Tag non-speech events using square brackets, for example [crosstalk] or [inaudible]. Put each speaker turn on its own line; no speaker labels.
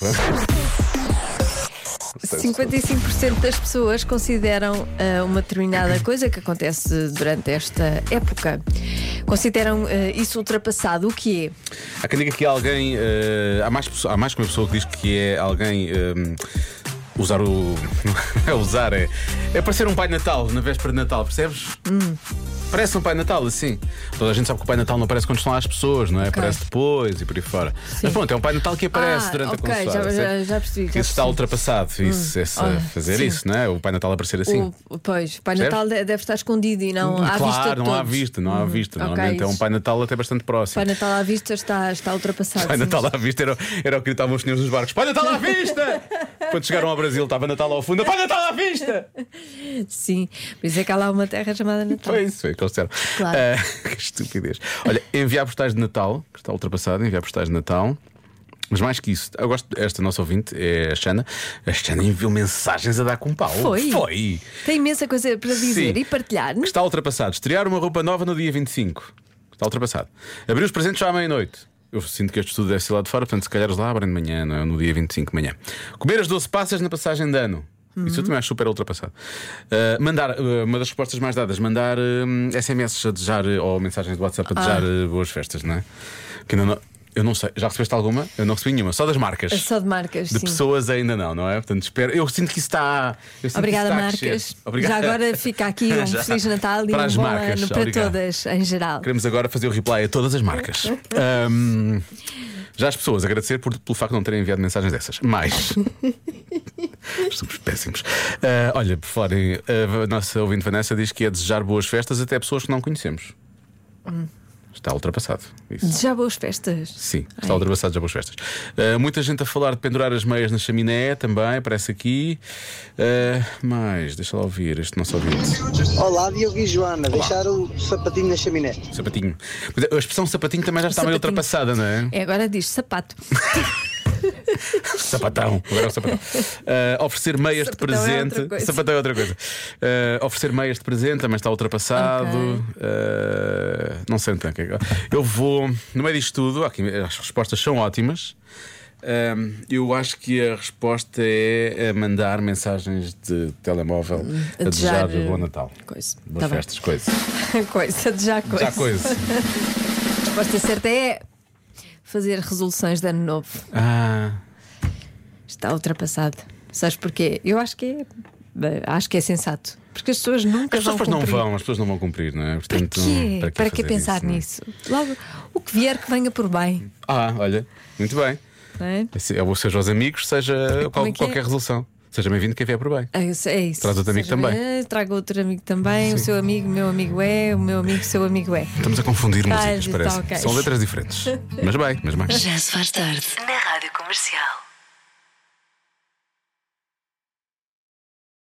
Hã?
55% das pessoas consideram ah, uma determinada
[coughs]
coisa que acontece durante esta época. Consideram ah, isso ultrapassado, o que é?
Há quem diga que alguém. eh, há, mais, pesso- há mais que uma pessoa que diz que é alguém. eh, Usar o. [laughs] Não é usar, é. É parecer um Pai Natal na véspera de Natal, percebes?
Hum.
Parece um Pai Natal, assim. Toda a gente sabe que o Pai Natal não aparece quando estão lá as pessoas, não é? Aparece depois e por aí fora. Mas pronto, é um Pai Natal que aparece
Ah,
durante
ok,
a consoada.
já- já-
percebes?
já percebi, já
Isso está
percebi. Hum.
ultrapassado, isso, essa-
olha,
fazer
sim.
isso, não é? O Pai Natal aparecer assim.
O, pois, Pai
Percebes? Hum,
Natal de- deve estar escondido e não
claro,
à
não
vista. de
há
todos. Hum, Uhum.
vista, não há vista.
ok,
Normalmente é um
isso.
Pai Natal até bastante próximo.
Pai Natal à vista está, está ultrapassado.
Pai
sim.
Natal tá à vista era, era o que gritavam os senhores dos barcos: Pai Natal à vista! Quando chegaram ao Brasil, estava Natal ao fundo: Pai Natal à vista!
[laughs] Sim, por isso é que há lá uma terra chamada Natal.
Foi isso, foi o que eles disseram.
Então. Claro.
Ah, [laughs] que estupidez. Olha, enviar postais de Natal, que está ultrapassado, enviar postais de Natal. Mas mais que isso, eu gosto esta nossa ouvinte, é a Xana. A Xana enviou mensagens a dar com pau.
Foi.
Foi.
Tem imensa coisa para dizer
Sim.
e partilhar.
Que está ultrapassado. Estrear uma roupa nova no dia 25. Que Está ultrapassado. Abrir os presentes já à meia-noite. Eu sinto que este estudo deve ser lá de fora, portanto, se calhar os lá abrem de manhã, não é? No dia 25 de manhã. Comer as 12 passas na passagem de ano.
Hum.
Isso eu também acho super ultrapassado. Ah, mandar, ah, uma das respostas mais dadas, mandar ah, SMS a desejar ah, ou mensagens de WhatsApp a desejar ah, boas festas, não é? Que ainda não- eu não sei, já recebeste alguma? Eu não recebi nenhuma, só das marcas.
é Só de marcas.
De
sim.
pessoas ainda não, não é? Portanto, espero. Eu sinto que isso está. eu sinto que isso
Obrigada,
está a crescer.
Marcas.
Obrigado.
Já
[laughs]
agora fica aqui um
Já.
Feliz Natal e
Para
um
as
bom
marcas,
ano para
obrigado.
todas em geral.
Queremos agora fazer o reply a todas as marcas. Ahm, já as pessoas agradecer por- pelo facto de não terem enviado mensagens dessas.
[laughs]
Mais. Somos péssimos. Ah, olha, por falar em. A nossa ouvinte Vanessa diz que é desejar boas festas até a pessoas que não conhecemos.
Hum.
Está ultrapassado. Isso.
Já boas festas.
Sim, está
Hum. Ai.
ultrapassado já boas festas. Ah, muita gente a falar de pendurar as meias na chaminé também, aparece aqui. Ah, mais, deixa lá ouvir este nosso ouvinte.
Olá, Diogo e Joana. Deixar o sapatinho na chaminé.
Sapatinho. Mas A expressão sapatinho também já está meio
Sapatinho.
ultrapassada, não é?
É, agora diz sapato.
Sapatão, agora é o sapatão. Ah, oferecer meias
Sapatão é
de
outra
presente.
coisa.
sapatão é outra coisa. Ah, oferecer meias de presente também está ultrapassado. Ah, não sei então o que é que- Eu vou, no meio disto tudo, aqui, as respostas são ótimas. Ah, eu acho que a resposta é a mandar mensagens de telemóvel a desejar
Hum, desejar,
bom Natal.
coisa.
Boas
Tá bem.
festas, [laughs] coisa.
[laughs] coisa, de já coisa.
Já
[laughs]
coisa.
A resposta certa é fazer resoluções de ano novo.
Ah.
Está ultrapassado. Sabes porquê? Eu acho que é, bem, acho que é sensato. Porque as pessoas nunca
As
vão.
pessoas depois não
cumprir.
vão, as pessoas não vão cumprir, não é?
Para
Portanto,
quê? Para, que
fazer
pensar
isso, não é?
nisso? Logo, o que vier que venha por bem.
Ah, olha, muito bem.
Não é?
Assim, Ou seja, aos amigos, seja qual-
é que é?
qualquer resolução. Seja bem-vindo quem vier por bem.
É isso. é isso.
Traz outro amigo
Seja
também.
bem, Traga outro amigo também. O seu amigo, meu amigo é. O meu amigo, seu amigo é.
Estamos a confundir
Ah,
músicas,
está
parece.
ok. [laughs]
São letras diferentes. Mas bem, mas bem.
Já se faz tarde na Rádio Comercial.